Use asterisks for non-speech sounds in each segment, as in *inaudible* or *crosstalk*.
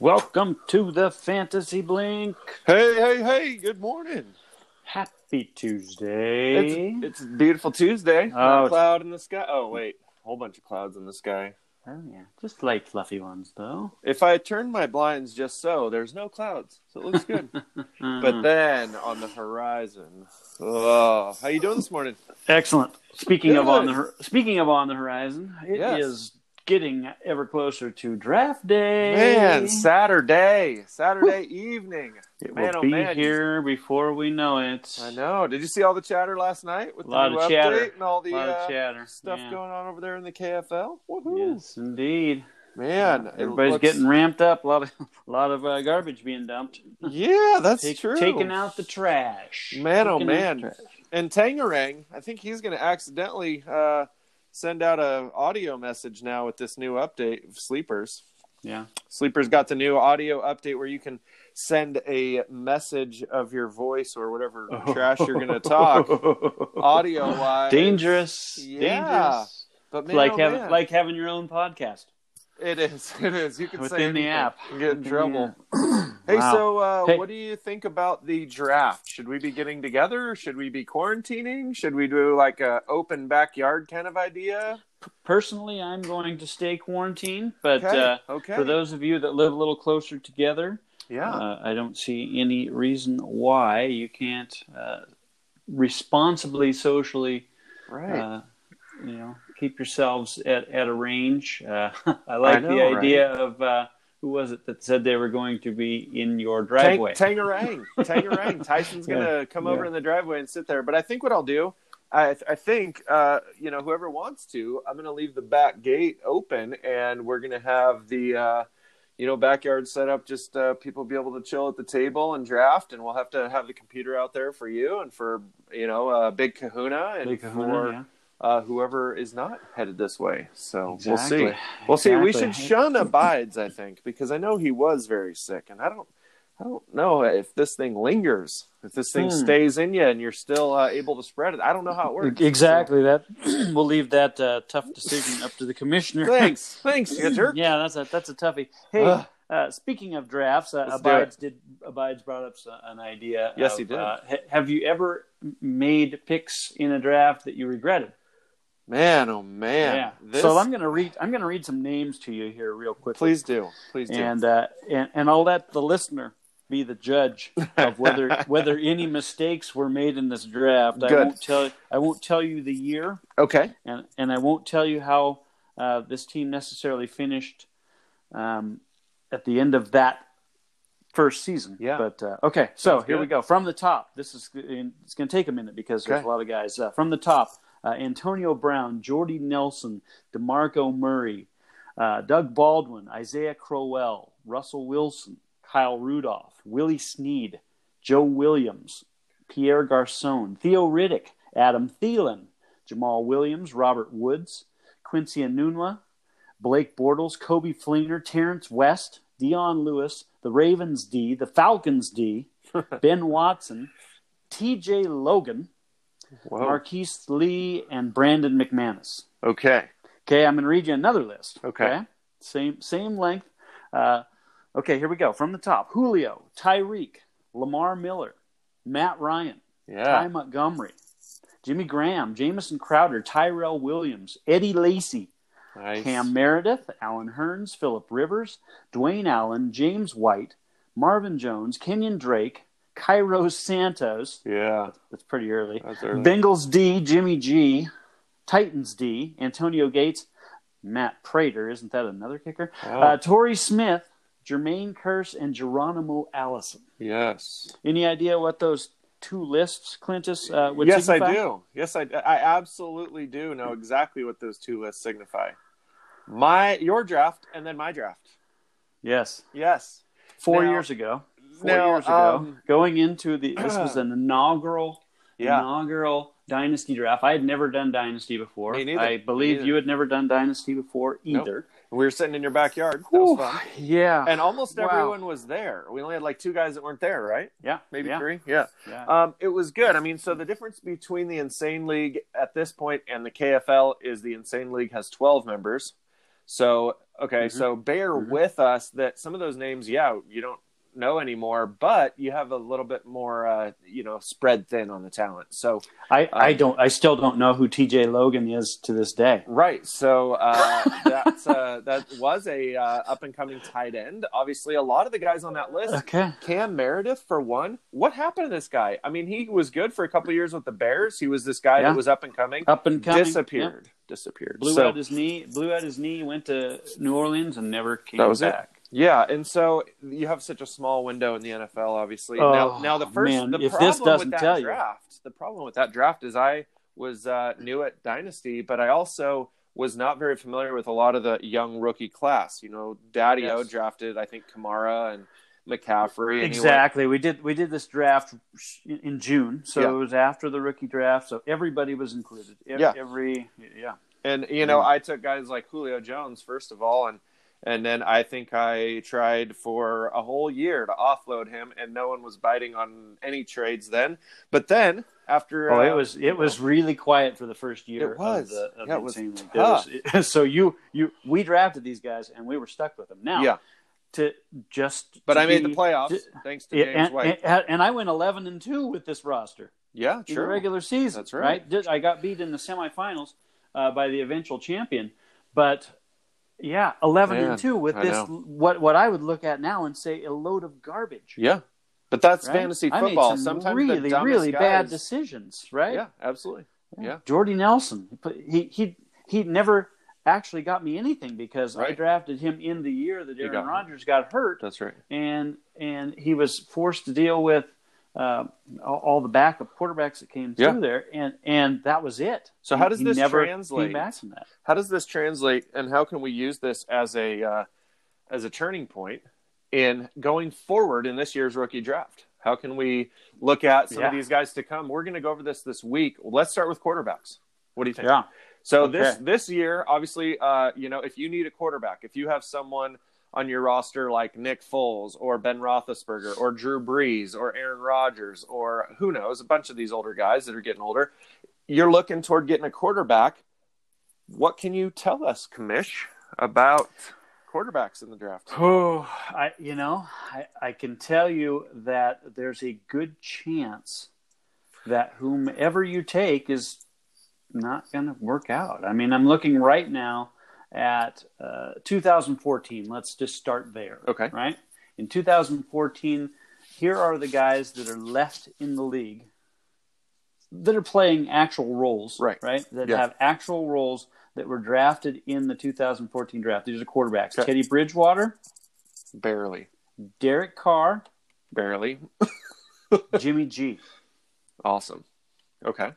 Welcome to the Fantasy Blink. Hey, hey, hey, good morning. Happy Tuesday. It's, it's a beautiful Tuesday. Oh, Not a it's- cloud in the sky. Oh, wait, whole bunch of clouds in the sky. oh, yeah. Just light, fluffy ones, though. If I turn my blinds just so, there's no clouds, so it *laughs* looks good. but Uh, then on the horizon, oh, how you doing this morning? excellent. Speaking of Good. on the hor- speaking of on the horizon, it is Yes. getting ever closer to draft day. Man, Saturday, Saturday evening. it man, will oh, be man. here before we know it. I know. Did you see all the chatter last night with Lot the new of chatter. update and all A the lot uh, of chatter. stuff Yeah. going on over there in the KFL? Woohoo! Yes, indeed. Man, it everybody's looks- getting ramped up. A lot of *laughs* a lot of uh, garbage being dumped. Yeah, that's Take- true. Taking out the trash. Man, Taking oh, out the man. trash. And Tangerang, I think he's going to accidentally uh, send out a audio message now with this new update of Sleepers. Yeah. Sleepers got the new audio update where you can send a message of your voice *laughs* or whatever trash you're going to *laughs* talk audio wise. Dangerous. Yeah. Dangerous. but man, like oh, having man. like having your own podcast. it is, *laughs* it is. You can say Within the anything app. and get in Within the trouble. app. Hey, Wow. so uh, Hey. what do you think about the draft? Should we be getting together? Should we be quarantining? Should we do like a open backyard kind of idea? Personally, I'm going to stay quarantined, but Okay. uh, okay. for those of you that live a little closer together, yeah. uh, I don't see any reason why you can't uh, responsibly socially, right. uh, you know, keep yourselves at, at a range. Uh, *laughs* I like know, the right? idea of uh, who was it that said they were going to be in your Tang- driveway? *laughs* Tangerang. Tangerang. Tyson's going to come over yeah. in the driveway and sit there. But I think what I'll do, I, I think, uh, you know, whoever wants to, I'm going to leave the back gate open and we're going to have the, uh, you know, backyard set up, just uh, people be able to chill at the table and draft. And we'll have to have the computer out there for you and for, you know, uh, Big Kahuna and Big kahuna, for yeah. uh, whoever is not headed this way. So we'll see. Exactly. We'll see. We Exactly. should shun abides, I think, because I know he was very sick, and I don't, I don't know if this thing lingers, if this thing Hmm. stays in you, and you're still uh, able to spread it. I don't know how it works. E-, Exactly. That *clears throat* we'll leave that uh, tough decision up to the So, commissioner. thanks, thanks, you *laughs* jerk. yeah, that's a that's a toughie. Hey, Ugh. uh, speaking of drafts, uh, Let's do Abides did Abides brought up s- an idea. Yes, of, he did. Uh, ha- have you ever m- made picks in a draft that you regretted? Man, oh man. This, So I'm gonna read I'm gonna read some names to you here real quickly. please do, please do. and uh, and and I'll let the listener be the judge of whether *laughs* whether any mistakes were made in this draft. I Good. won't tell I won't tell you the year, okay, and and I won't tell you how uh, this team necessarily finished um, at the end of that first season. Yeah. But uh, okay, so Sounds here we good. go from the top. This is and it's going to take a minute because there's Okay. a lot of guys uh, from the top. Uh, Antonio Brown, Jordy Nelson, Demarco Murray, uh, Doug Baldwin, Isaiah Crowell, Russell Wilson, Kyle Rudolph, Willie Sneed, Joe Williams, Pierre Garcon, Theo Riddick, Adam Thielen, Jamal Williams, Robert Woods, Quincy Anunua, Blake Bortles, Kobe Flinger, Terrence West, Dion Lewis, the Ravens D, the Falcons *laughs* D, Ben Watson, TJ Logan, Whoa. Marquise Lee, and Brandon McManus. okay, Okay, I'm going to read you another list. Okay. Same same length. Uh, okay, here we go. From the top Julio, Tyreek, Lamar Miller, Matt Ryan, Ty yeah, Montgomery, Jimmy Graham, Jamison Crowder, Tyrell Williams, Eddie Lacy, nice. Cam Meredith, Alan Hearns, Philip Rivers, Dwayne Allen, James White, Marvin Jones, Kenyon Drake, Cairo Santos. yeah, That's pretty early. that's early. Bengals D, Jimmy G, Titans D, Antonio Gates, Matt Prater, isn't that another kicker? Wow. Uh, Torrey Smith, Jermaine Curse, and Geronimo Allison. yes. Any idea what those two lists, Clintus, uh, would yes, signify? I do. Yes, I, I absolutely do know exactly what those two lists signify. My your draft and then my draft. Yes. Yes. Four Now- years ago. Four now, years ago. um, going into the, this *clears throat* was an inaugural Yeah. inaugural dynasty draft. I had never done dynasty before. Me neither. I believe neither. you had never done dynasty before Nope. either. We were sitting in your backyard. That was Whew. fun. Yeah. And almost Wow. everyone was there. We only had like two guys that weren't there, right? yeah. Maybe yeah, three. Yeah. yeah. Um, it was good. I mean, so the difference between the Insane League at this point and the KFL is the Insane League has 12 members. So okay, Mhm. so bear Mhm. with us that some of those names, yeah, you don't know anymore, but you have a little bit more, uh, you know, spread thin on the talent. So I, I don't. I still don't know who T.J. Logan is to this day. Right. So uh, that's uh, that was a uh, up and coming tight end. Obviously, a lot of the guys on that list. Okay. Cam Meredith, for one, what happened to this guy? I mean, he was good for a couple of years with the Bears. He was this guy Yeah. that was up and coming, Up and coming. Yep. disappeared, disappeared. Blew So- out his knee. Blew out his knee. Went to New Orleans and never came That was it. back. yeah, and so you have such a small window in the NFL. Obviously, now, Oh, now the first man, the if this problem doesn't with that tell you. draft, the problem with that draft is I was uh, new at Dynasty, but I also was not very familiar with a lot of the young rookie class. You know, Daddy O Yes. drafted I think Kamara and McCaffrey. And he went- Exactly. We did. We did this draft in- in June, so Yeah. it was after the rookie draft. So everybody was included. Ev- Yeah. Every. Yeah. and you know Mm. i took guys like julio jones first of all and and then i think i tried for a whole year to offload him and no one was biting on any trades then but then after Oh, uh, it was you it know, was really quiet for the first year. It was. Of the, of Yeah, the it was Insane League. There was- *laughs* so you you we drafted these guys and we were stuck with them. Now yeah to just but to i made the be- playoffs to- thanks to Yeah, james and, white and, and I went eleven and two with this roster yeah in the true regular season. That's right. Did- I got beat in the semifinals uh, by the eventual champion, but yeah, eleven Man, and two with I this know. what what I would look at now and say a load of garbage. yeah but that's right? fantasy I made football some sometimes really the dumbest really guys, bad decisions, right? yeah absolutely Yeah. Jordy Nelson. He put- He he he never actually got me anything because I Right. drafted him in the year that You Aaron got him. Rodgers got hurt, that's right and and he was forced to deal with uh, all, all the backup quarterbacks that came Yeah. through there, and and that was it. So how does he this never Came translate? back from that. how does this translate and how can we use this as a uh, as a turning point in going forward in this year's rookie draft how can we look at some of Yeah. these guys to come we're going to go over this this week let's start with quarterbacks what do you think Yeah, so Okay. this this year obviously uh, you know if you need a quarterback if you have someone on your roster like Nick Foles or Ben Roethlisberger or Drew Brees or Aaron Rodgers or who knows a bunch of these older guys that are getting older you're looking toward getting a quarterback what can you tell us, Kamish, about quarterbacks in the draft? Oh, I you know, I, I can tell you that there's a good chance that whomever you take is not going to work out. I mean, I'm looking right now at uh, 2014. Let's just start there. Okay. Right in 2014, here are the guys that are left in the league that are playing actual roles. Right. Right. That Yeah. have actual roles that were drafted in the 2014 draft. These are quarterbacks: Okay. Teddy Bridgewater, Barely, Derek Carr, barely. Jimmy G. Awesome. Okay.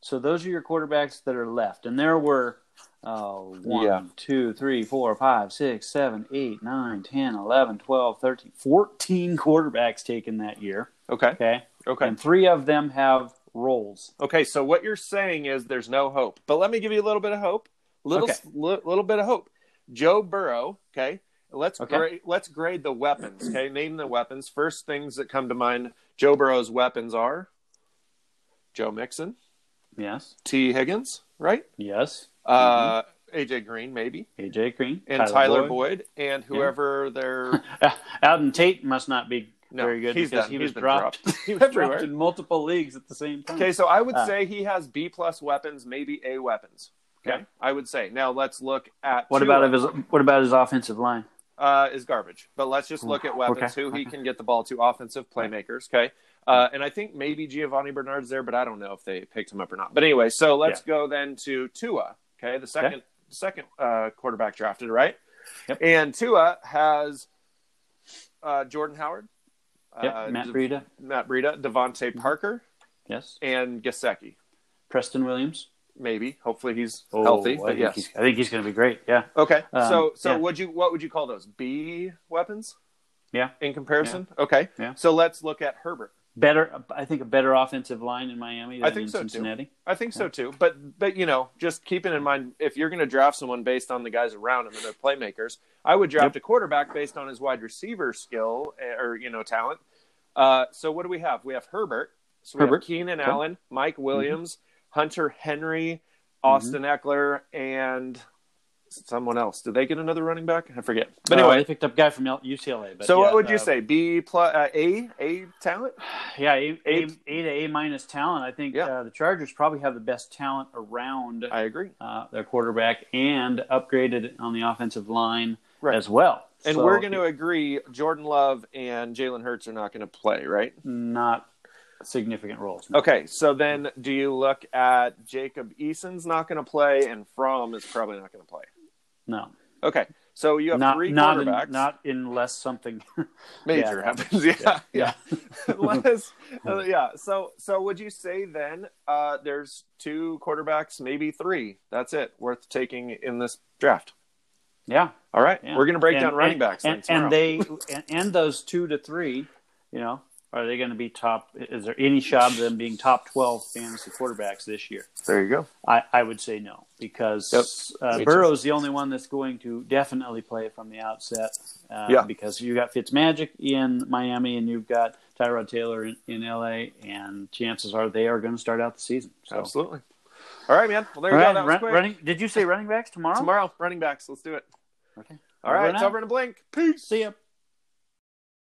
So those are your quarterbacks that are left, and there were uh, Yeah. one, two, three, four, five, six, seven, eight, nine, 10, 11, 12, 13, 14 quarterbacks taken that year. Okay. Okay, Okay. and three of them have roles. Okay. So what you're saying is there's no hope, but let me give you a little bit of hope. Little Okay. li- little bit of hope. Joe Burrow. Okay. Let's Okay. grade. Let's grade the weapons. Okay. Name the weapons. First things that come to mind. Joe Burrow's weapons are Joe Mixon, Yes, T. Higgins, right? yes. Uh, Mm-hmm. AJ Green, maybe, AJ Green and Tyler, Boyd. and *laughs* whoever their Uh, Alden Tate must not be No, very good he's because done. he He's was been dropped. *laughs* he was Everywhere. dropped in multiple leagues at the same time. Okay, so I would Ah. say he has B plus weapons, maybe A weapons. Okay, Yeah. I would say. Now let's look at What Tua, about of his? What about his offensive line? uh, is garbage, but let's just look at weapons Okay. who he can get the ball to offensive playmakers. Okay, uh, and I think maybe Giovanni Bernard's there, but I don't know if they picked him up or not. But anyway, so let's go then to Tua. Okay, the second second uh, quarterback drafted, right? Yep. And Tua has uh, Jordan Howard, Yep, uh, Matt De- Breida. Mm-hmm. Matt Breida, Devontae Parker, Yes, and Gasecki. Preston Williams. maybe. Hopefully he's healthy. Oh, I But think yes. he's- I think he's going to be great. Yeah. Okay. Um, so so yeah. would you what would you call those? B weapons? Yeah. In comparison? Okay. Yeah. So let's look at Herbert. Better, I think a better offensive line in Miami than I think in so, too. Cincinnati. I think so too. But but you know, just keeping in mind if you're gonna draft someone based on the guys around him and their playmakers, I would draft a quarterback based on his wide receiver skill eh, or you know, talent. Uh, so what do we have? We have Herbert. So we Herbert. have Keenan Okay. Mm-hmm. Allen, Mike Williams, Hunter Henry, Austin Eckler, and someone else. Did they get another running back? I forget. But But anyway, anyway, they picked up a guy from L- UCLA. But so yeah, what would you uh, say? B plus uh, A A talent? Yeah, a, a, Eight. a to A minus talent. I think Yeah. uh, the Chargers probably have the best talent around I agree. uh, their quarterback and upgraded on the offensive line Right. as well. And So, we're going to agree Jordan Love and Jalen Hurts are not going to play, right? not significant roles. no. Okay, so then do you look at Jacob Eason's not going to play and Fromm is probably not going to play? No, Okay, so you have not three not, in- quarterbacks. not unless something. *laughs* major Yeah. happens. *laughs* Yeah, yeah. *laughs* *laughs* Unless, uh, yeah. So, so would you say then uh, there's two quarterbacks, maybe three? That's it, worth taking in this draft. yeah, All right, yeah. we're going to break And- down running and- backs. then and, and tomorrow. they and, and those two to three, you know, are they going to be top? Is there any shot of them being top twelve fantasy quarterbacks this year? there you go. I, I would say no because Me uh, too. Burrow's the only one that's going to definitely play from the outset. Uh, Yeah. Because you got Fitzmagic in Miami and you've got Tyrod Taylor in, in LA, and chances are they are going to start out the season. So. Absolutely. All right, man. Well, there All you right, go. That was run- quick. running. Did you say running backs tomorrow? Tomorrow, running backs. Let's do it. Okay. All right, Over and it's out. over in a blink. Peace. See ya.